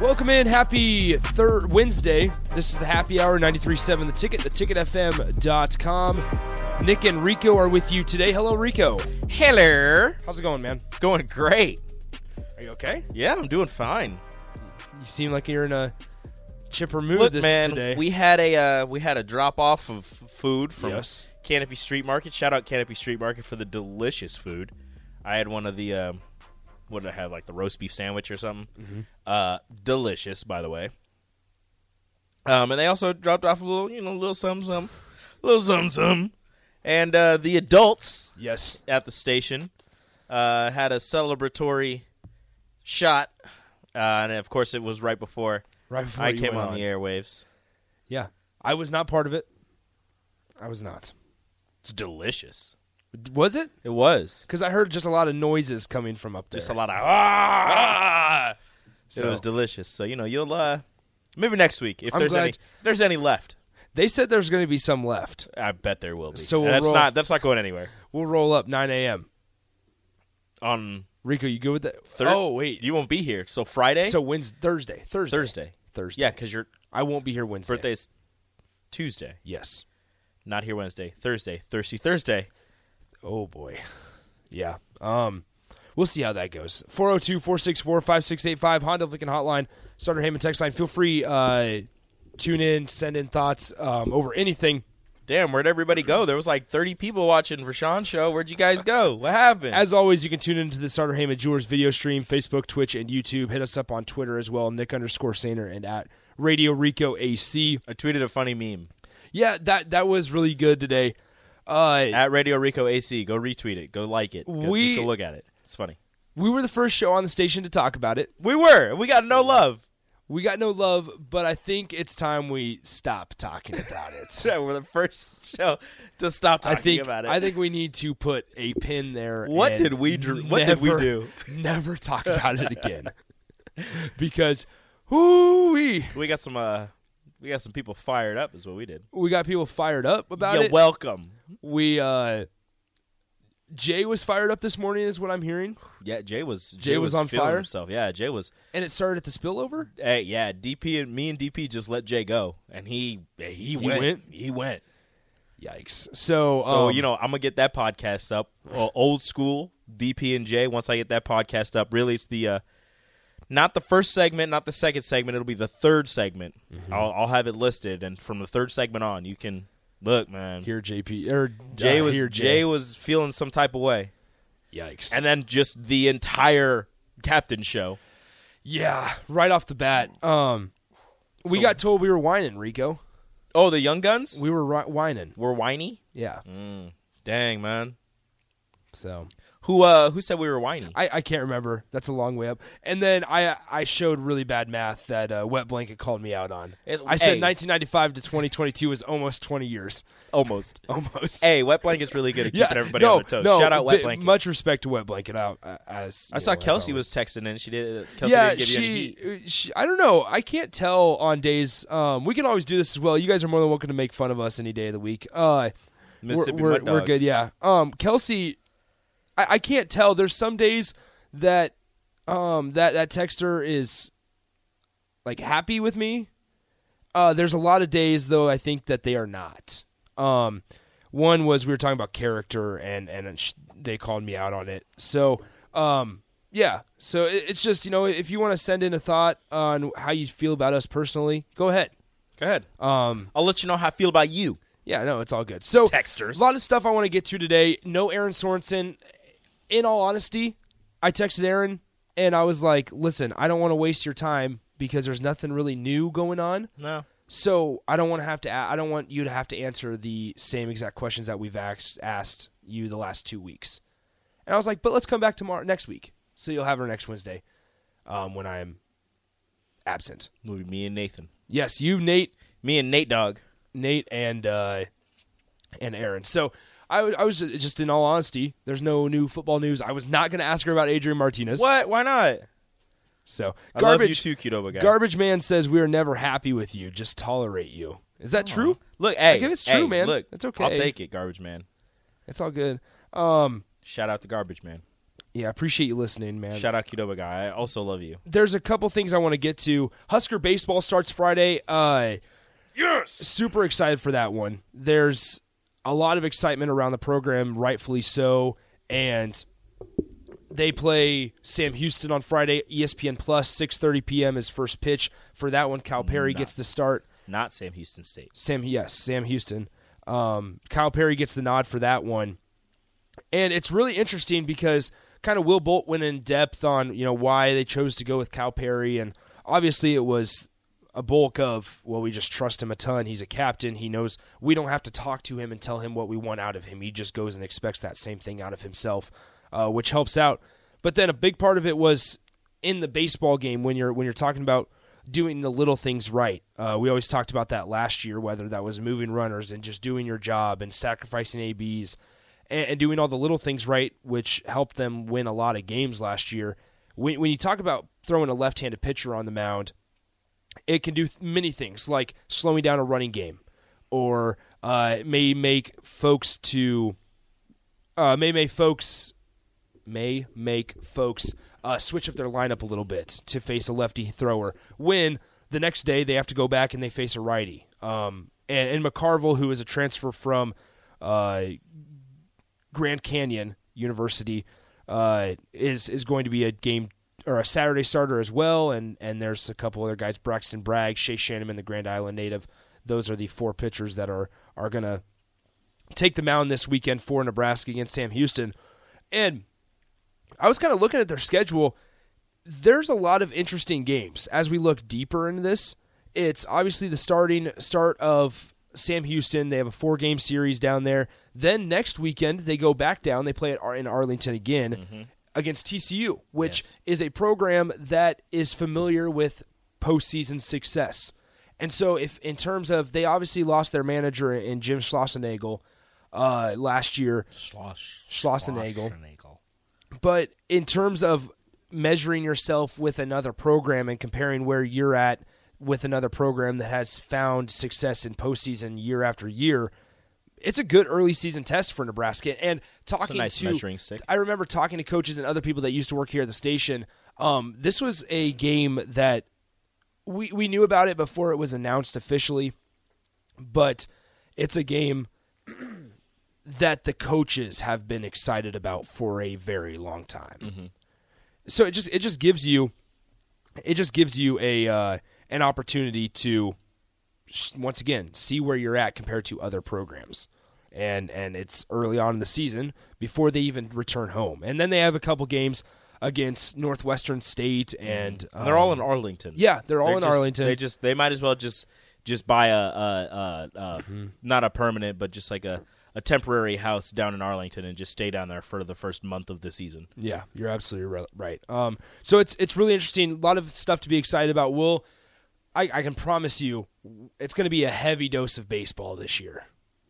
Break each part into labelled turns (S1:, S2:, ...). S1: Welcome in. Happy third Wednesday. This is the happy hour 937 The Ticket, theticketfm.com. Nick and Rico are with you today. Hello, Rico.
S2: Hello.
S1: How's it going, man?
S2: Going great.
S1: Are you okay?
S2: Yeah, I'm doing fine.
S1: You seem like you're in a chipper mood
S2: Look,
S1: this
S2: man,
S1: today.
S2: we had a uh, we had a drop off of f- food from
S1: Yes.
S2: Canopy Street Market. Shout out Canopy Street Market for the delicious food. I had one of the um, what did I have? Like the roast beef sandwich or something.
S1: Mm-hmm.
S2: Uh, delicious, by the way. Um, and they also dropped off a little, you know, little sum sum, little sum sum, and uh, the adults
S1: yes.
S2: at the station. Uh, had a celebratory shot, uh, and of course, it was right before
S1: Right before
S2: I
S1: you
S2: came
S1: went
S2: on, the airwaves.
S1: Yeah. I was not part of it. I was not.
S2: It's delicious.
S1: Was it?
S2: It was
S1: Because I heard just a lot of noises coming from up there.
S2: just a lot of ah. So it was
S1: So-
S2: delicious. So you know you'll uh, maybe next week if
S1: I'm
S2: there's
S1: glad-
S2: any if there's any left.
S1: They said there's going to be some left.
S2: I bet there will be.
S1: So we'll
S2: that's
S1: roll-
S2: not that's not going anywhere.
S1: We'll roll up 9 a.m.
S2: On
S1: Rico, you good with that?
S2: Thursday.
S1: Oh wait,
S2: you won't be here. So Friday.
S1: so Wednesday, Thursday, Thursday,
S2: Thursday.
S1: Thursday.
S2: Yeah, because your
S1: I won't be here Wednesday.
S2: birthday's Tuesday.
S1: Yes.
S2: Not here Wednesday. Thursday. Thirsty Thursday.
S1: Oh boy. Yeah. Um, we'll see how that goes. 402-464-5685, Honda of Lincoln Hotline, Starter Heyman text line. Feel free uh, tune in, send in thoughts um, over anything.
S2: Damn, where'd everybody go? There was like 30 people watching Rashawn's show. Where'd you guys go? What happened?
S1: As always, you can tune into the Starter Heyman Jewelers video stream, Facebook, Twitch, and YouTube. Hit us up on Twitter as well, Nick underscore Saner and at Radio Rico AC.
S2: I tweeted a funny meme
S1: Yeah, that that was really good today. Uh,
S2: at Radio Rico AC. Go retweet it. Go like it. Go,
S1: We-
S2: just go look at it. It's funny.
S1: we were the first show on the station to talk about it.
S2: We were. We got no love.
S1: We got no love, but I think it's time we stop talking about it.
S2: Yeah, we're the first show to stop
S1: I
S2: talking
S1: think
S2: about it.
S1: I think we need to put a pin there.
S2: What
S1: and
S2: did we dr- what did we
S1: never-
S2: do?
S1: Never talk about it again, because whoo
S2: we got some. Uh, we got some people fired up. Is what we did.
S1: we got people fired up about
S2: You're
S1: it.
S2: welcome.
S1: we uh, Jay was fired up this morning, is what I'm hearing,
S2: Yeah, Jay was.
S1: Jay was on
S2: feeling
S1: fire?
S2: Himself. Yeah, Jay was.
S1: and it started at the spillover.
S2: Hey, yeah, DP and me and DP just let Jay go, and he he, went.
S1: went?
S2: He went.
S1: Yikes! So
S2: So
S1: um,
S2: you know, I'm gonna get that podcast up. Well, old school DP and J. Once I get that podcast up, really, it's the uh, not the first segment, not the second segment. It'll be the third segment.
S1: Mm-hmm.
S2: I'll, I'll have it listed, and from the third segment on, you can look, man.
S1: here JP or
S2: Jay
S1: uh,
S2: was
S1: here,
S2: Jay was feeling some type of way,
S1: Yikes!
S2: and then just the entire captain show.
S1: Yeah, right off the bat. Um, we got told we were whining, Rico.
S2: Oh, the young guns
S1: We were ri- whining.
S2: were whiny.
S1: Yeah.
S2: Dang, man.
S1: So
S2: Who uh who said we were whiny?
S1: I, I can't remember. That's a long way up. And then I I showed really bad math that uh, Wet Blanket called me out on.
S2: It's-
S1: I said
S2: hey.
S1: 1995 to 2022 is almost 20 years,
S2: Almost.
S1: almost.
S2: Hey, Wet Blanket's really good at keeping everybody
S1: no,
S2: on their toes.
S1: no,
S2: Shout out Wet
S1: bi-
S2: Blanket.
S1: Much respect to Wet Blanket. Out uh, as
S2: I
S1: you
S2: saw
S1: know, as
S2: Kelsey
S1: always.
S2: was texting in. She did. uh, Kelsey
S1: Yeah,
S2: didn't give you any
S1: she, uh,
S2: heat.
S1: she. I don't know. I can't tell on days. Um, we can always do this as well. You guys are more than welcome to make fun of us any day of the week. Uh, we're-
S2: Mississippi
S1: we're,
S2: Mud
S1: we're
S2: Dog.
S1: good. Yeah. Um, Kelsey, I, I can't tell. There's some days that um that that texter is like happy with me. Uh, there's a lot of days though. I think that they are not. Um, one was we were talking about character, and and sh- they called me out on it. So, um, yeah. So it, it's just you know if you want to send in a thought on how you feel about us personally, go ahead.
S2: Go ahead.
S1: Um,
S2: I'll let you know how I feel about you.
S1: yeah, no, it's all good. So
S2: Texters.
S1: a lot of stuff I want to get to today. No Aaron Sorensen. In all honesty, I texted Aaron and I was like, "Listen, I don't want to waste your time because there's nothing really new going on.
S2: No.
S1: So I don't want to have to. a- I don't want you to have to answer the same exact questions that we've asked, asked you the last two weeks. And I was like, but let's come back tomorrow next week. So you'll have her next Wednesday, um, when I'm absent.
S2: It'll be me and Nathan.
S1: Yes, you, Nate,
S2: Me and Nate Dog.
S1: Nate, and uh, and Aaron. So I, w- I was ju- just in all honesty. There's no new football news. I was not going to ask her about Adrian Martinez.
S2: What? Why not?
S1: So
S2: I love you
S1: garbage.
S2: too, Qdoba guy.
S1: Garbage man says we are never happy with you. Just tolerate you. Is that true?
S2: Look, hey,
S1: Like, if it's
S2: hey,
S1: true, man,
S2: Look,
S1: it's okay.
S2: I'll take it, garbage man.
S1: It's all good. Um,
S2: Shout out to garbage man.
S1: yeah, I appreciate you listening, man.
S2: Shout out Qdoba guy. I also love you.
S1: There's a couple things I want to get to. Husker baseball starts Friday. Uh, yes, super excited for that one. There's a lot of excitement around the program, rightfully so, and they play Sam Houston on Friday. E ESPN Plus, 6:30 p.m. is first pitch for that one. Cal Perry gets the start.
S2: Not Sam Houston State.
S1: Sam, yes, Sam Houston. Um, Kyle Perry gets the nod for that one, and it's really interesting because kind of Will Bolt went in depth on you know why they chose to go with Kyle Perry, and obviously it was a bulk of well we just trust him a ton. He's a captain. He knows we don't have to talk to him and tell him what we want out of him. He just goes and expects that same thing out of himself, uh, which helps out. But then a big part of it was in the baseball game when you're when you're talking about doing the little things right. Uh, we always talked about that last year, whether that was moving runners and just doing your job and sacrificing ABs and, and doing all the little things right, which helped them win a lot of games last year. When, when you talk about throwing a left-handed pitcher on the mound, it can do th- many things like slowing down a running game or uh, it may make folks to uh, may make folks may make folks uh, switch up their lineup a little bit to face a lefty thrower when the next day they have to go back and they face a righty um, and, and mccarville who is a transfer from uh, Grand Canyon University uh, is is going to be a game or a Saturday starter as well, and and there's a couple other guys, Braxton Bragg, Shea Shannon, the Grand Island native. Those are the four pitchers that are are gonna take the mound this weekend for Nebraska against Sam Houston. And I was kind of looking at their schedule. There's a lot of interesting games as we look deeper into this. It's obviously the starting start of Sam Houston. They have a four game series down there. Then next weekend they go back down. They play at Ar- in Arlington again against TCU, which
S2: Yes.
S1: is a program that is familiar with postseason success. And so, if in terms of they obviously lost their manager in Jim Schlossnagel uh, last year,
S2: Schloss.
S1: Schlossnagel. but in terms of measuring yourself with another program and comparing where you're at with another program that has found success in postseason year after year, it's a good early season test for Nebraska. And talking
S2: nice
S1: to
S2: measuring stick.
S1: I remember talking to coaches and other people that used to work here at the station. Um, this was a game that we we knew about it before it was announced officially, but it's a game that the coaches have been excited about for a very long time.
S2: Mm-hmm.
S1: So it just it just gives you it just gives you a uh, an opportunity to s- once again see where you're at compared to other programs. And and it's early on in the season before they even return home. And then they have a couple games against Northwestern State and
S2: And Mm-hmm. they're all
S1: um,
S2: in Arlington.
S1: yeah, they're all in
S2: just-
S1: Arlington.
S2: They just they might as well just just buy a, a, a, a not a permanent, but just like a, a temporary house down in Arlington and just stay down there for the first month of the season.
S1: Yeah, you're absolutely re- right. Um, so it's it's really interesting. A lot of stuff to be excited about. Will I, I can promise you, it's going to be a heavy dose of baseball this year.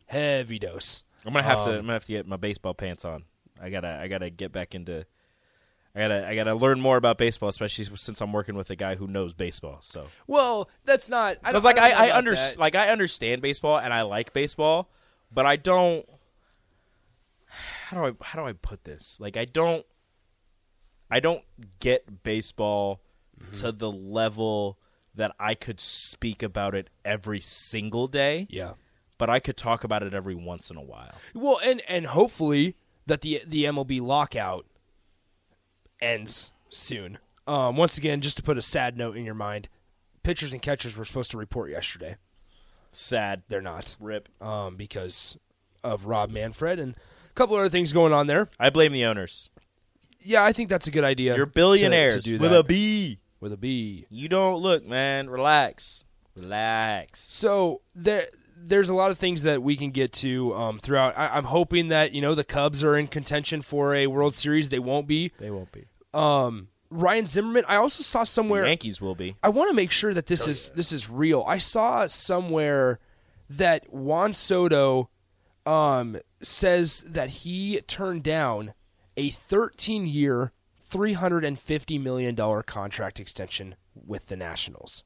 S1: Heavy dose.
S2: I'm gonna
S1: Um,
S2: have to I'm gonna have to get my baseball pants on. I gotta I gotta get back into I gotta I gotta learn more about baseball, especially since I'm working with a guy who knows baseball. So
S1: Well, that's not
S2: because like I I, under, like I understand baseball and I like baseball, but I don't. How do I how do I put this? Like I don't. I don't get baseball to the level that I could speak about it every single day,
S1: yeah.
S2: but I could talk about it every once in a while.
S1: Well, and and hopefully that the the MLB lockout ends soon. Um, once again, just to put a sad note in your mind, pitchers and catchers were supposed to report yesterday.
S2: Sad
S1: They're not
S2: rip.
S1: um, because of Rob Manfred and a couple other things going on there.
S2: I blame the owners.
S1: Yeah, I think that's a good idea.
S2: You're billionaires
S1: to, to do
S2: with
S1: that.
S2: a B.
S1: with a B.
S2: You don't look, man. Relax. Relax.
S1: So there, there's a lot of things that we can get to um, throughout. I, I'm hoping that you know the Cubs are in contention for a World Series. They won't be.
S2: they won't be.
S1: Um, Ryan Zimmerman. I also saw somewhere.
S2: the Yankees will be.
S1: I want to make sure that this is this is real. I saw somewhere that Juan Soto um, says that he turned down a 13 year, 350 million dollar contract extension with the Nationals.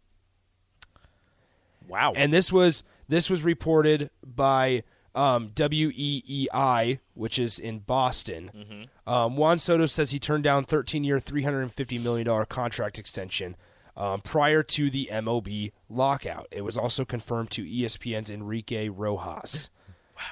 S2: Wow.
S1: And this was this was reported by um, WEEI, which is in Boston. Um, Juan Soto says he turned down 13-year, 350 million dollar contract extension um, prior to the MLB lockout. It was also confirmed to E ESPN's Enrique Rojas.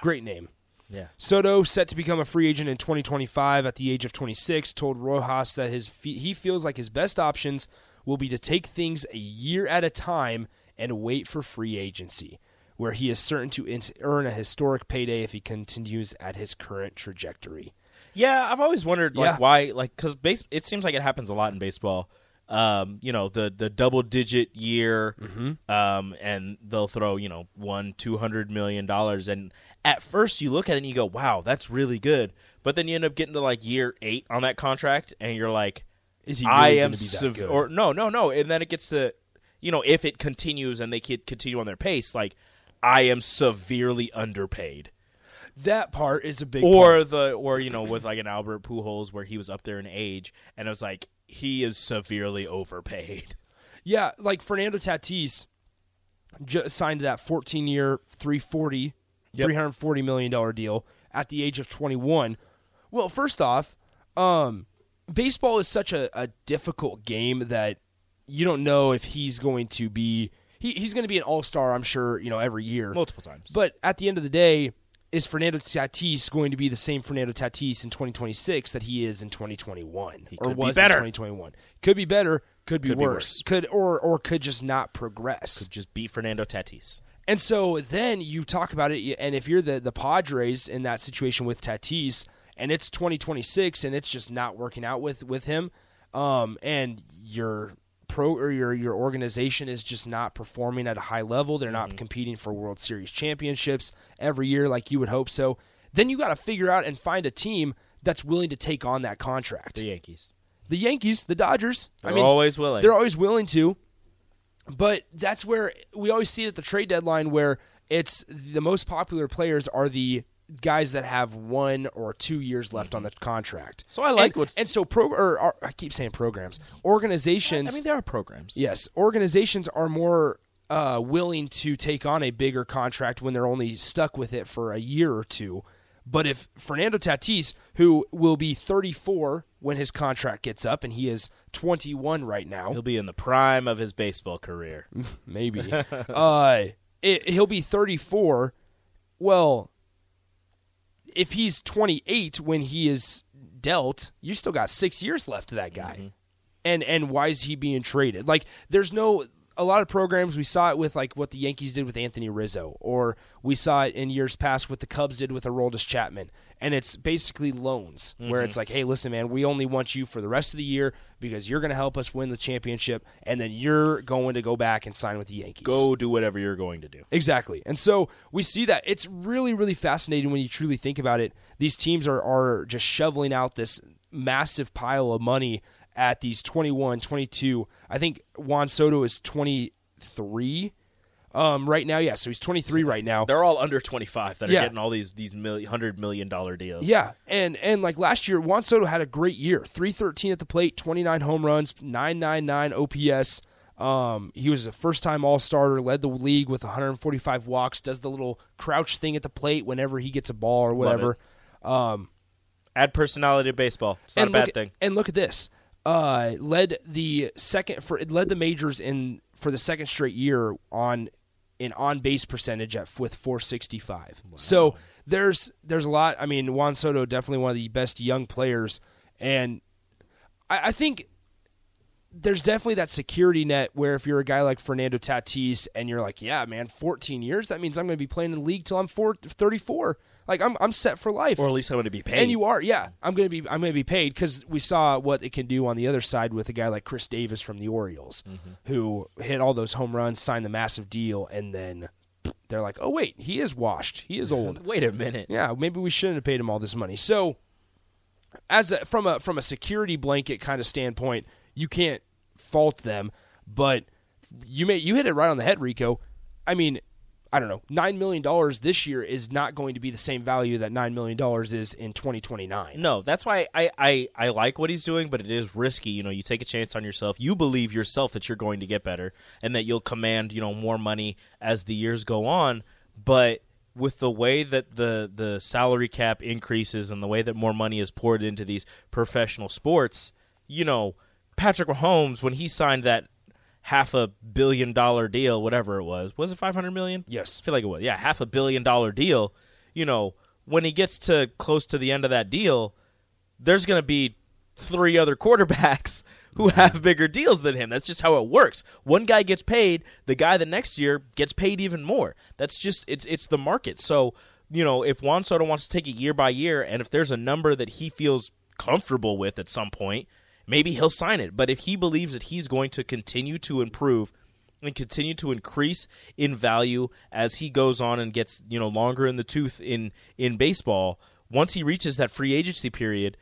S1: Great name.
S2: yeah.
S1: Soto, set to become a free agent in 2025 at the age of 26, told Rojas that his fe- he feels like his best options will be to take things a year at a time and wait for free agency, where he is certain to in- earn a historic payday if he continues at his current trajectory.
S2: Yeah, I've always wondered like
S1: Yeah.
S2: why like cuz base it seems like it happens a lot in baseball. Um, you know, the the double digit year
S1: Mm-hmm.
S2: um and they'll throw, you know, 1 200 million dollars and at first you look at it and you go, "Wow, that's really good." But then you end up getting to like year 8 on that contract and you're like,
S1: Is he really
S2: I
S1: gonna
S2: am
S1: be that
S2: sev-
S1: good?
S2: or no, no, no, and then it gets to you know, if it continues and they could continue on their pace, like I am severely underpaid
S1: That part is a big part.
S2: or the or you know with like an Albert Pujols where he was up there in age and it was like he is severely overpaid.
S1: Yeah, like Fernando Tatis ju- signed that 14 year 340 340 million dollar deal at the age of 21. Well, first off, um baseball is such a, a difficult game that you don't know if he's going to be he, he's going to be an all-star, I'm sure, you know, every year.
S2: Multiple times.
S1: But at the end of the day, is Fernando Tatis going to be the same Fernando Tatis in 2026 that he is in 2021 he or
S2: could be
S1: was
S2: better.
S1: in 2021? Could be better, could be
S2: Could be
S1: worse.
S2: worse.
S1: Could or or could just not progress.
S2: Just beat Fernando Tatis.
S1: And so then you talk about it and if you're the the Padres in that situation with Tatis and it's 2026 and it's just not working out with with him um and your pro or your your organization is just not performing at a high level. They're not competing for World Series championships every year like you would hope so. Then you got to figure out and find a team that's willing to take on that contract.
S2: The Yankees.
S1: The Yankees, the Dodgers,
S2: They're
S1: I mean
S2: always willing.
S1: they're always willing to. But that's where we always see it at the trade deadline where it's the most popular players are the guys that have one or two years left on the contract.
S2: Mm-hmm. So I like
S1: and,
S2: what's-
S1: and so pro or, or I keep saying programs. Organizations
S2: I mean there are programs.
S1: yes, organizations are more uh, willing to take on a bigger contract when they're only stuck with it for a year or two. But if Fernando Tatis, who will be 34 when his contract gets up, and he is 21 right now,
S2: He'll be in the prime of his baseball career.
S1: maybe. uh, it, he'll be 34. Well, if he's 28 when he is dealt, you still got six years left to that guy. And and why is he being traded? Like, there's no a lot of programs we saw it with like what the Yankees did with Anthony Rizzo, or we saw it in years past what the Cubs did with Aroldis Chapman, and it's basically loans where it's like, hey, listen, man, we only want you for the rest of the year because you're going to help us win the championship, and then you're going to go back and sign with the Yankees.
S2: Go do whatever you're going to do.
S1: Exactly. And so we see that it's really, really fascinating when you truly think about it. These teams are, are just shoveling out this massive pile of money at these 21, 22. I think Juan Soto is 23 um, right now. Yeah, so he's 23 right now.
S2: They're all under 25 that are
S1: Yeah.
S2: getting all these these mil- 100 million dollar deals.
S1: Yeah, and and like last year, Juan Soto had a great year. Three thirteen at the plate, twenty nine home runs, nine nine nine OPS. Um, he was a first time All Starter, led the league with one hundred forty five walks. Does the little crouch thing at the plate whenever he gets a ball or whatever.
S2: Add personality to baseball. It's not a
S1: and
S2: bad
S1: look,
S2: thing.
S1: And look at this. Uh, led the second for it led the majors in for the second straight year on an on base percentage at with 465. So there's there's a lot. I mean, Juan Soto definitely one of the best young players, and I, I think there's definitely that security net where if you're a guy like Fernando Tatis and you're like, yeah, man, 14 years, that means I'm going to be playing in the league till I'm four, 34. Like I'm I'm set for life.
S2: or at least I'm going to be paid.
S1: and you are, yeah. I'm gonna be I'm gonna be paid because we saw what it can do on the other side with a guy like Chris Davis from the Orioles,
S2: Mm-hmm.
S1: who hit all those home runs, signed the massive deal, and then they're like, oh wait, he is washed, he is old.
S2: Wait a minute.
S1: Yeah, maybe we shouldn't have paid him all this money. So, as a, from a from a security blanket kind of standpoint, you can't fault them. But you may you hit it right on the head, Rico. I mean, I don't know, nine million dollars this year is not going to be the same value that nine million dollars is in twenty twenty nine.
S2: No, that's why I, I, I like what he's doing, but it is risky. You know, you take a chance on yourself. You believe yourself that you're going to get better and that you'll command, you know, more money as the years go on. But with the way that the, the salary cap increases and the way that more money is poured into these professional sports, you know, Patrick Mahomes, when he signed that half a billion dollar deal, whatever it was, was it 500 million?
S1: Yes.
S2: I feel like it was. Yeah, half a billion dollar deal. You know, when he gets to close to the end of that deal, there's going to be three other quarterbacks who have bigger deals than him. That's just how it works. One guy gets paid, the guy the next year gets paid even more. That's just it's it's the market. So, you know, if Juan Soto wants to take it year by year and if there's a number that he feels comfortable with at some point, maybe he'll sign it. But if he believes that he's going to continue to improve and continue to increase in value as he goes on and gets you know longer in the tooth in in baseball. Once he reaches that free agency period,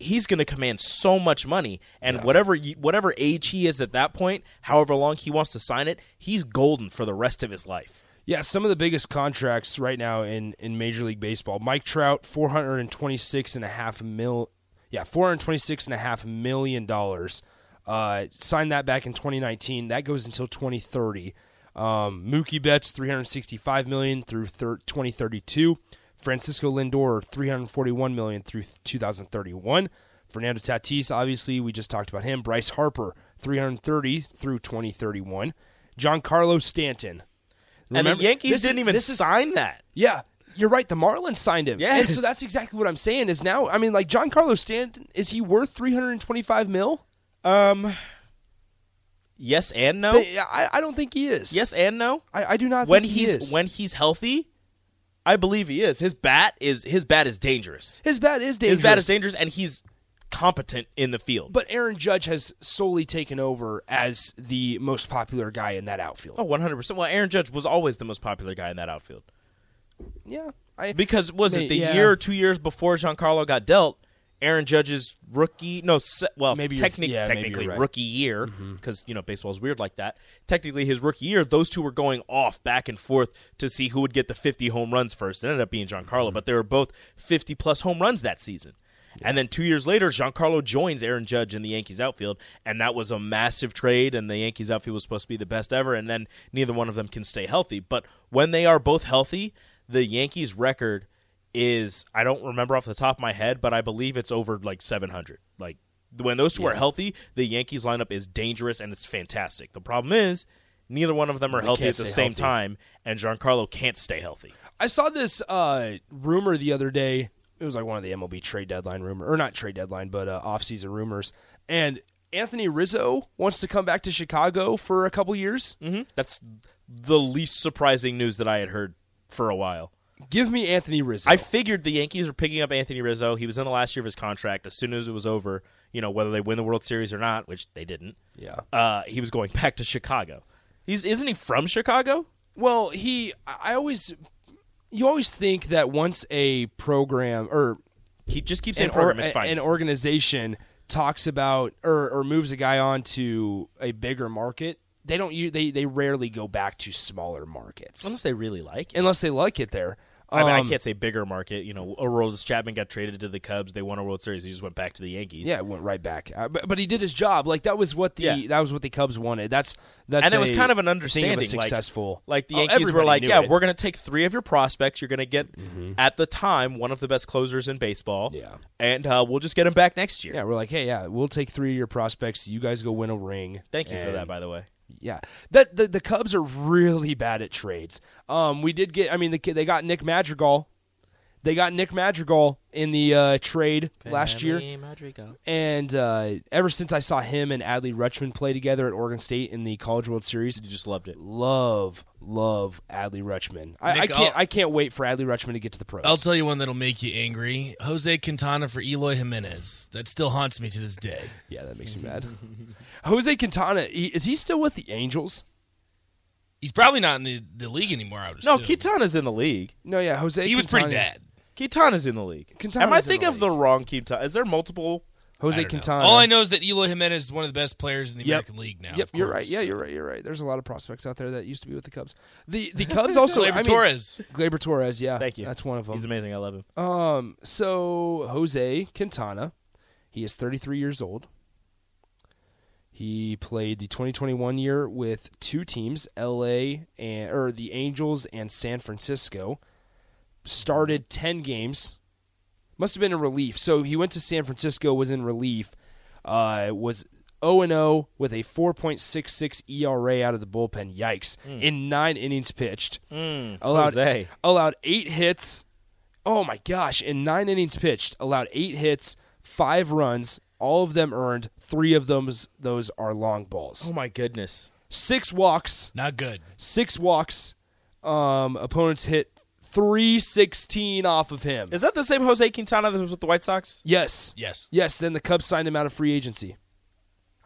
S2: he's going to command so much money, and whatever y- whatever age he is at that point, however long he wants to sign it, he's golden for the rest of his life.
S1: Yeah, some of the biggest contracts right now in in Major League Baseball. Mike Trout, four hundred and twenty six and a half mil. Yeah, four hundred twenty six and a half million dollars. Uh, signed that back in twenty nineteen. That goes until twenty thirty. Um, Mookie Betts, three hundred sixty five million through thir- twenty thirty two. Francisco Lindor, three hundred forty one million through two thousand thirty one. Fernando Tatis, obviously, we just talked about him. Bryce Harper, three hundred thirty through twenty thirty one. John Carlos Stanton,
S2: and
S1: Remember-
S2: the Yankees
S1: this is-
S2: didn't even
S1: this is-
S2: sign that.
S1: yeah, you're right. The Marlins signed him.
S2: Yes.
S1: And so that's exactly what I'm saying is now, I mean, like, John Carlos Stanton, is he worth 325 mil?
S2: Um, yes and no.
S1: But I, I don't think he is.
S2: yes and no.
S1: I, I do not
S2: when
S1: think
S2: he's
S1: he is.
S2: when he's healthy, I believe he is. His bat is his bat is dangerous.
S1: his bat is dangerous.
S2: His bat is dangerous, and he's competent in the field.
S1: But Aaron Judge has solely taken over as the most popular guy in that outfield.
S2: oh, 100 percent. Well, Aaron Judge was always the most popular guy in that outfield
S1: yeah. I,
S2: because was
S1: May-
S2: it the
S1: yeah.
S2: year or two years before Giancarlo got dealt? Aaron Judge's rookie, no, se- well,
S1: Maybe you're-
S2: technic-
S1: yeah, maybe you're
S2: technically
S1: right. Mm-hmm.
S2: rookie year, because you know baseball's weird like that. Technically, his rookie year, those two were going off back and forth to see who would get the 50 home runs first. It ended up being Giancarlo,
S1: Mm-hmm.
S2: but they were both 50 plus home runs that season. And then two years later, Giancarlo joins Aaron Judge in the Yankees outfield, and that was a massive trade. And the Yankees outfield was supposed to be the best ever, and then neither one of them can stay healthy. But when they are both healthy, the Yankees' record is I don't remember off the top of my head, but I believe it's over like 700. Like when those two are healthy, the Yankees lineup is dangerous and it's fantastic. The problem is neither one of them are healthy
S1: can't
S2: at the
S1: stay
S2: same
S1: healthy.
S2: time, and Giancarlo can't stay healthy.
S1: I saw this uh, rumor the other day. It was like one of the MLB trade deadline rumor, or not trade deadline, but uh, offseason rumors. And Anthony Rizzo wants to come back to Chicago for a couple years.
S2: That's the least surprising news that I had heard for a while.
S1: Give me Anthony Rizzo.
S2: I figured the Yankees were picking up Anthony Rizzo. He was in the last year of his contract. As soon as it was over, you know whether they win the World Series or not, which they didn't.
S1: Yeah.
S2: uh, he was going back to Chicago. He's isn't he from Chicago?
S1: well, he. I I always, you always think that once a program or
S2: Keep just keep saying
S1: an,
S2: program.
S1: or-
S2: it's fine.
S1: an organization talks about or, or moves a guy on to a bigger market, they don't. u- They they rarely go back to smaller markets
S2: Unless they really like it.
S1: unless they like it there.
S2: I mean, I
S1: Um,
S2: can't say bigger market. You know, Aroldis Chapman got traded to the Cubs. They won a World Series. He just went back to the Yankees.
S1: Yeah, it went right back. Uh, but, but he did his job. Like that was what the
S2: Yeah.
S1: that was what the Cubs wanted. That's that's
S2: and it was
S1: a
S2: kind of an
S1: thing a
S2: understanding. like-
S1: successful.
S2: Like, the
S1: Oh,
S2: Yankees were
S1: everybody
S2: like,
S1: knew
S2: yeah,
S1: it. Mm-hmm.
S2: we're going to take three of your prospects. You're going to get, at the time, one of the best closers in baseball.
S1: Yeah.
S2: And uh, we'll just get him back next year.
S1: yeah, we're like, hey, yeah, we'll take three of your prospects. You guys go win a ring.
S2: Thank you for
S1: And-
S2: that, by the way.
S1: Yeah, that the, the Cubs are really bad at trades. Um, we did get. I mean, the, kid- they got Nick Madrigal. They got Nick Madrigal in the uh, trade last year.
S2: Madrigal.
S1: And uh, ever since I saw him and Adley Rutschman play together at Oregon State in the College World Series,
S2: You just loved it.
S1: love, love Adley Rutschman. I, I
S3: Nick,
S1: can't,
S3: I'll-
S1: I can't wait for Adley Rutschman to get to the pros.
S3: I'll tell you one that'll make you angry. Jose Quintana for Eloy Jimenez. That still haunts me to this day.
S1: yeah, that makes me mad. Jose Quintana, he, is he still with the Angels?
S3: He's probably not in the, the league anymore, I would
S2: No,
S3: assume.
S2: Quintana's in the league.
S1: No, yeah, Jose.
S3: He was pretty
S1: Quintana-
S3: bad.
S2: Quintana's in the league.
S1: Quintana's
S2: Am I
S1: in the
S2: thinking of the wrong Quintana? Is there multiple?
S3: I
S1: Jose
S3: don't know.
S1: Quintana.
S3: All I know is that Eloy Jimenez is one of the best players in the
S1: Yep.
S3: American League now.
S1: Yep,
S3: of
S1: you're
S3: course.
S1: right. Yeah, you're right. You're right. There's a lot of prospects out there that used to be with the Cubs. The the Cubs also.
S3: Gleyber
S1: I mean,
S3: Torres.
S1: Glaber Torres. Yeah,
S2: Thank you.
S1: Uh, That's one of them.
S2: He's amazing. I love him.
S1: Um, so Jose Quintana, he is 33 years old. He played the 2021 year with two teams, LA and or the Angels and San Francisco. Started 10 games. Must have been a relief. So he went to San Francisco, was in relief. Uh, was 0 0 with a 4.66 ERA E out of the bullpen. Yikes! In nine innings pitched, allowed
S2: Jose.
S1: allowed eight hits. Oh my gosh! In nine innings pitched, allowed eight hits, five runs, all of them earned. Three of them those are long balls.
S2: my goodness.
S1: Six walks,
S3: Not good.
S1: six walks. Um, opponents hit three sixteen off of him.
S2: Is that the same Jose Quintana that was with the White Sox?
S1: yes,
S3: Yes.
S1: yes. Then the Cubs signed him out of free agency.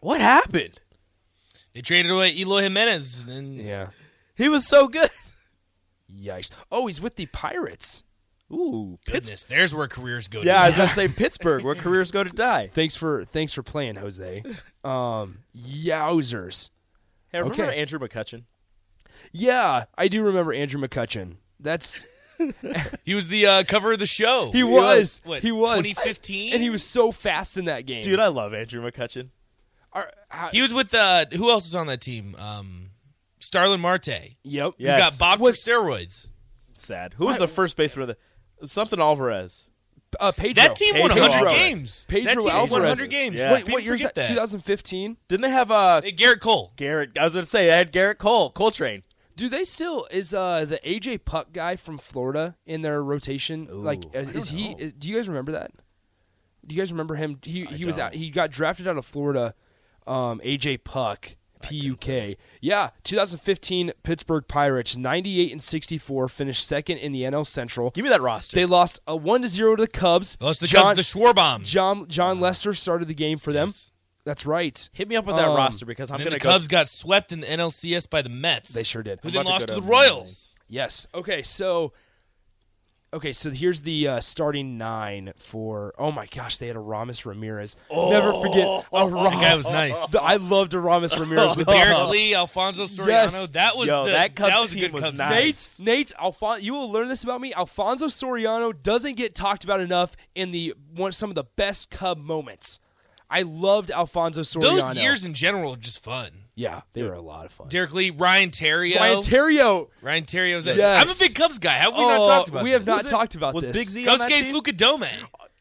S2: What happened?
S3: They traded away Eloy Jimenez. And then
S1: Yeah.
S2: He was so good.
S1: Yikes! Oh, he's with the Pirates.
S2: Ooh, Pittsburgh.
S3: Goodness, there's where careers go. to
S2: Yeah, I
S3: die.
S2: was gonna say Pittsburgh, where careers go to die.
S1: Thanks for thanks for playing, Jose. Um, yowzers.
S2: Hey, remember
S1: Okay.
S2: Andrew McCutcheon?
S1: Yeah, I do remember Andrew McCutcheon. That's
S3: he was the uh, cover of the show.
S1: He was.
S3: What,
S1: he was.
S3: 2015?
S1: And he was so fast in that game.
S2: Dude, I love Andrew McCutcheon.
S1: Are- how-
S3: He was with uh, who else was on that team? Um, Starlin Marte.
S1: yep.
S3: Who
S2: Yeah. Yes.
S3: got bobbed
S1: Was-
S3: for steroids.
S2: Sad. Who was the first baseman of the something Alvarez?
S1: Uh, Pedro.
S3: That team won
S2: Pedro
S3: 100
S2: Alvarez.
S3: games.
S1: Pedro
S3: that team won
S1: Alvarez.
S3: 100 games.
S2: Yeah.
S3: What,
S1: What year is that?
S3: that?
S1: 2015.
S2: Didn't they have uh
S3: Hey, Garrett Cole.
S2: Garrett? I was gonna say I had Garrett Cole, Coltrane.
S1: Do they still is uh the AJ Puck guy from Florida in their rotation? like,
S2: I
S1: is, is
S2: don't
S1: he?
S2: know.
S1: Is, do you guys remember that? Do you guys remember him? He he was
S2: don't.
S1: out, he got drafted out of Florida. Um, AJ Puck. P U K. Yeah, 2015 Pittsburgh Pirates, 98 and 64, finished second in the NL Central.
S2: Give me that roster.
S1: They lost a one to zero to the Cubs.
S3: Lost the
S1: John,
S3: Cubs to Schwarbaum.
S1: John John Lester started the game for them.
S3: Yes.
S1: That's right.
S2: Hit me up with that
S1: Um,
S2: roster because I'm
S3: and then
S2: gonna
S3: the
S2: go.
S3: Cubs got swept in the NLCS by the Mets.
S1: They sure did.
S3: Who
S1: I'm
S3: then
S2: about to
S3: lost
S2: go
S3: to
S2: to
S3: the Royals.
S1: Yes. Okay. So. Okay, so here's the uh, starting nine for. Oh my gosh, they had a Ramos Ramirez. Never forget a
S3: That guy was nice. Oh.
S1: The- I loved a Ramos Ramirez with
S3: With Derek Lee, Alfonso Soriano.
S1: Yes.
S3: That was
S2: Yo,
S3: the,
S2: that Cubs
S3: was a
S2: team
S3: good
S2: was
S3: Cubs
S2: nice.
S3: team.
S1: Nate, Nate, Alfon- you will learn this about me. Alfonso Soriano doesn't get talked about enough in the one some of the best Cub moments. I loved Alfonso Soriano.
S3: Those years in general are just fun.
S1: yeah, they were a lot of fun.
S3: Derek Lee, Ryan Terrio.
S1: Ryan Terrio.
S3: Ryan Terrio was a-
S1: Yes.
S3: I'm a big Cubs guy. How have we
S1: Oh,
S3: not talked about
S1: we have
S3: this?
S1: not
S2: Was it-
S1: talked about
S2: was
S1: this.
S2: Big Z on that
S3: Kosuke
S2: team?
S3: Fukudome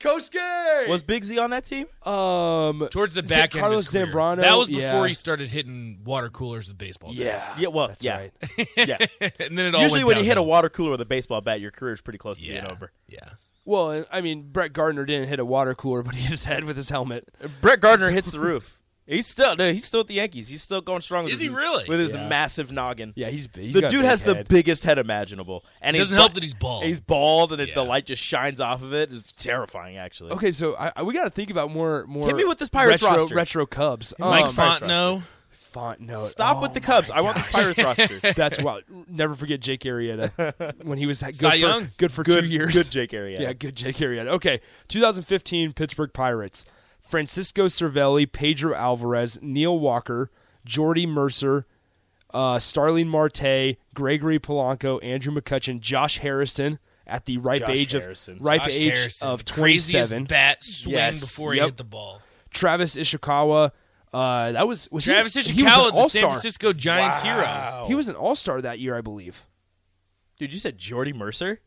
S1: Kosuke.
S2: was Big Z on that team?
S1: um
S3: towards the
S1: Z-
S3: back end
S1: Carlos
S3: of his career.
S1: Zambrano.
S3: that was before
S1: yeah.
S3: he started hitting water coolers with baseball
S1: Yeah.
S3: bats.
S2: Yeah, well,
S1: That's
S2: yeah,
S1: right.
S2: yeah.
S3: and then it all
S2: Usually, when
S3: went
S2: you hit a
S3: downhill.
S2: water cooler with a baseball bat, your career's pretty close to
S3: yeah.
S2: being over.
S3: Yeah.
S1: Well, and- I mean, Brett Gardner didn't hit a water cooler, but he hit his head with his helmet.
S2: Brett Gardner hits the roof. He's still, no, he's still at the Yankees. He's still going strong. with
S3: Is
S2: his-
S3: he really?
S2: With his
S1: Yeah.
S2: massive noggin.
S1: Yeah, he's big. He's
S2: the
S1: got a
S2: dude
S1: big
S2: has the
S1: head.
S2: biggest head imaginable, and
S3: It doesn't
S2: he's
S3: help
S2: bu-
S3: that he's bald.
S2: He's bald, and it, the
S3: Yeah.
S2: light just shines off of it. It's terrifying, actually.
S1: Okay, so I, I- we got to think about more more.
S2: Hit me with this Pirates
S1: retro,
S2: roster.
S1: Retro Cubs.
S3: Mike
S1: Um,
S3: Fontenot.
S1: Font no.
S2: Stop
S1: Oh
S2: with the
S1: my
S2: Cubs. I want this Pirates roster.
S1: That's wild. Never forget Jake Arrieta when he was good
S3: Cy
S1: for,
S3: Young.
S1: good for
S2: Good,
S1: two years.
S2: good Jake Arrieta.
S1: Yeah, good Jake Arrieta. Okay, 2015 Pittsburgh Pirates. Francisco Cervelli, Pedro Alvarez, Neil Walker, Jordy Mercer, uh, Starling Marte, Gregory Polanco, Andrew McCutcheon, Josh Harrison at the ripe
S2: Josh
S1: age
S2: Harrison.
S1: of ripe
S3: Josh
S1: age
S3: Harrison,
S1: of
S3: the craziest
S1: 27.
S3: bat swing
S1: Yes.
S3: before
S1: Yep.
S3: he hit the ball.
S1: Travis Ishikawa. Uh, that was was
S3: Travis
S1: he, he was an
S3: Ishikawa, the San
S1: all-star.
S3: Francisco Giants hero.
S1: He was an all star that year, I believe.
S2: Dude, you said Jordy Mercer?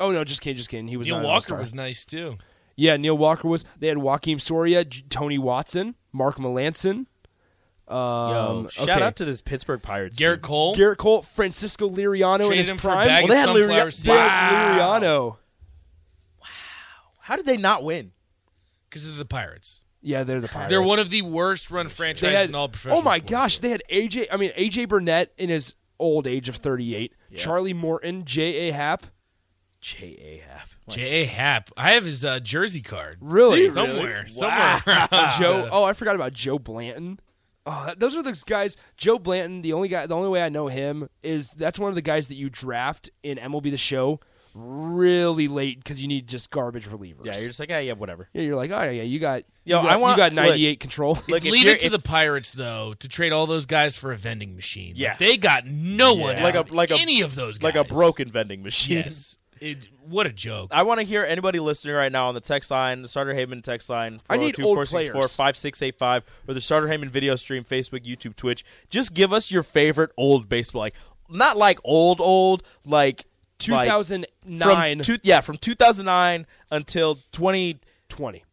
S1: Oh no, just kidding, just kidding. He was
S3: Neil
S1: not an
S3: Walker
S1: all-star.
S3: was nice too.
S1: Yeah, Neil Walker was. They had Joaquin Soria, J- Tony Watson, Mark Melanson. Um,
S2: Yo, shout
S1: okay.
S2: out to this Pittsburgh Pirates.
S3: Garrett
S2: team.
S3: Cole.
S1: Garrett Cole, Francisco Liriano in
S3: Traded
S1: his
S3: him for a
S1: prime.
S3: bag
S2: Well, they
S3: of
S2: had Larry- they
S3: sunflower seeds.
S1: Wow. Liriano.
S2: How did they not win?
S3: because they're the Pirates.
S1: Yeah, they're the Pirates.
S3: They're one of the worst run
S1: They
S3: franchises
S1: had-
S3: in all professional.
S1: Oh my
S3: sports.
S1: gosh, they had AJ. I mean AJ Burnett in his old age of 38. Charlie Morton, J. A. Happ.
S2: J. A. Half.
S3: J.A. Happ. I have his uh, jersey card.
S1: Really?
S3: Somewhere.
S1: Really?
S3: Somewhere
S2: Ah,
S3: around.
S1: Joe. Oh, I forgot about Joe Blanton. Oh, that- those are those guys. Joe Blanton. The only guy. The only way I know him is that's one of the guys that you draft in MLB the Show really late because you need just garbage relievers.
S2: Yeah, you're just like, "Ah, yeah, yeah, whatever.
S1: Yeah, you're like, oh yeah, you got.
S2: Yo,
S1: you got,
S2: I want-
S1: you got
S2: look.
S1: 98 control.
S2: Look, if
S3: Leave
S2: you're-
S3: it to
S2: if-
S3: the Pirates though to trade all those guys for a vending machine. Like,
S2: Yeah.
S3: they got no one
S2: Like a-
S3: out of
S2: like a-
S3: any of those guys.
S2: like a broken vending machine.
S3: Yes, it, what a joke.
S2: I want to hear anybody listening right now on the text line, the Starter Heyman text line,
S1: I need
S2: 402
S1: old
S2: 464
S1: players.
S2: 5685, or the Starter Heyman video stream, Facebook, YouTube, Twitch. Just give us your favorite old baseball. Like, not like old, old, like. like
S1: 2009.
S2: From two, yeah, from 2009 until 20.
S1: 20.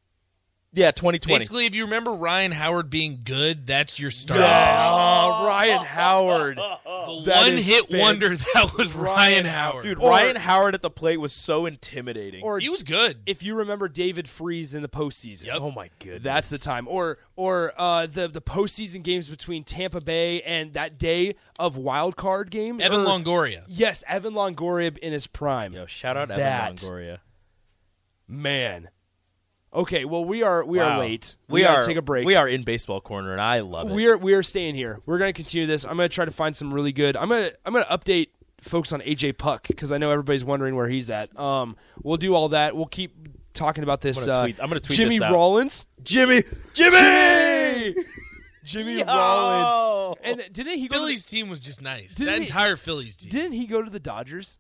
S2: Yeah, 2020.
S3: Basically, if you remember Ryan Howard being good, that's your star.
S2: Oh, Ryan Howard.
S3: the
S2: that
S3: one
S2: is
S3: hit
S2: fan-
S3: wonder that was Ryan, Howard.
S2: Dude,
S1: Or-
S2: Ryan Howard at the plate was so intimidating.
S1: Or
S3: he was good.
S1: if you remember David Freeze in the postseason.
S3: Yep.
S2: oh, my goodness.
S1: That's the time, or or uh, the the postseason games between Tampa Bay and that day of wild card game.
S3: Evan
S1: or-
S3: Longoria.
S1: yes, Evan Longoria in his prime.
S2: Yo, shout out
S1: That.
S2: Evan Longoria.
S1: man. Okay, well we are we
S2: Wow.
S1: are late.
S2: We,
S1: gotta
S2: are
S1: take a break.
S2: We are in baseball corner, and I love it.
S1: we are we are staying here. We're gonna continue this. I'm gonna try to find some really good. I'm gonna I'm gonna update folks on AJ Puck because I know everybody's wondering where he's at. Um, we'll do all that. We'll keep talking about this.
S2: I'm gonna
S1: uh,
S2: tweet- I'm gonna tweet
S1: Jimmy
S2: this out.
S1: Rollins.
S2: Jimmy, Jimmy,
S1: Jimmy
S2: Yo!
S1: Rollins. And didn't he go? to the-
S3: Phillies team was just nice.
S1: Didn't
S3: that
S1: he-
S3: entire Phillies team.
S1: Didn't he go to the Dodgers?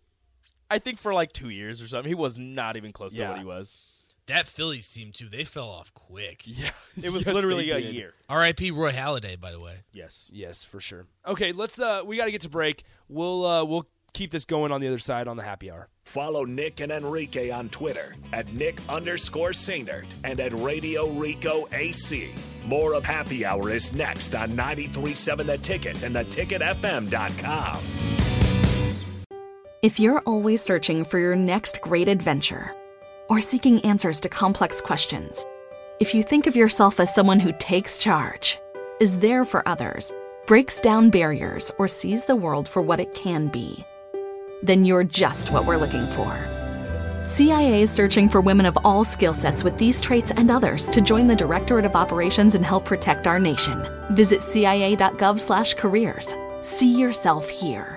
S2: I think for like two years or something, he was not even close to
S1: Yeah.
S2: what he was.
S3: that Phillies team too. They fell off quick.
S1: Yeah,
S2: It was literally a year.
S3: R.I.P. Roy Halladay, by the way.
S2: Yes.
S1: Yes, for sure. Okay, let's. uh We got to get to break. We'll uh we'll keep this going on the other side on the happy hour.
S4: Follow Nick and Enrique on Twitter at Nick underscore Sainert and at Radio Rico AC. More of Happy Hour is next on 937 The Ticket and theticketfm.com.
S5: If you're always searching for your next great adventure or seeking answers to complex questions, if you think of yourself as someone who takes charge, is there for others, breaks down barriers, or sees the world for what it can be, then you're just what we're looking for. CIA is searching for women of all skill sets with these traits and others to join the Directorate of Operations and help protect our nation. Visit cia.gov/careers. See yourself here.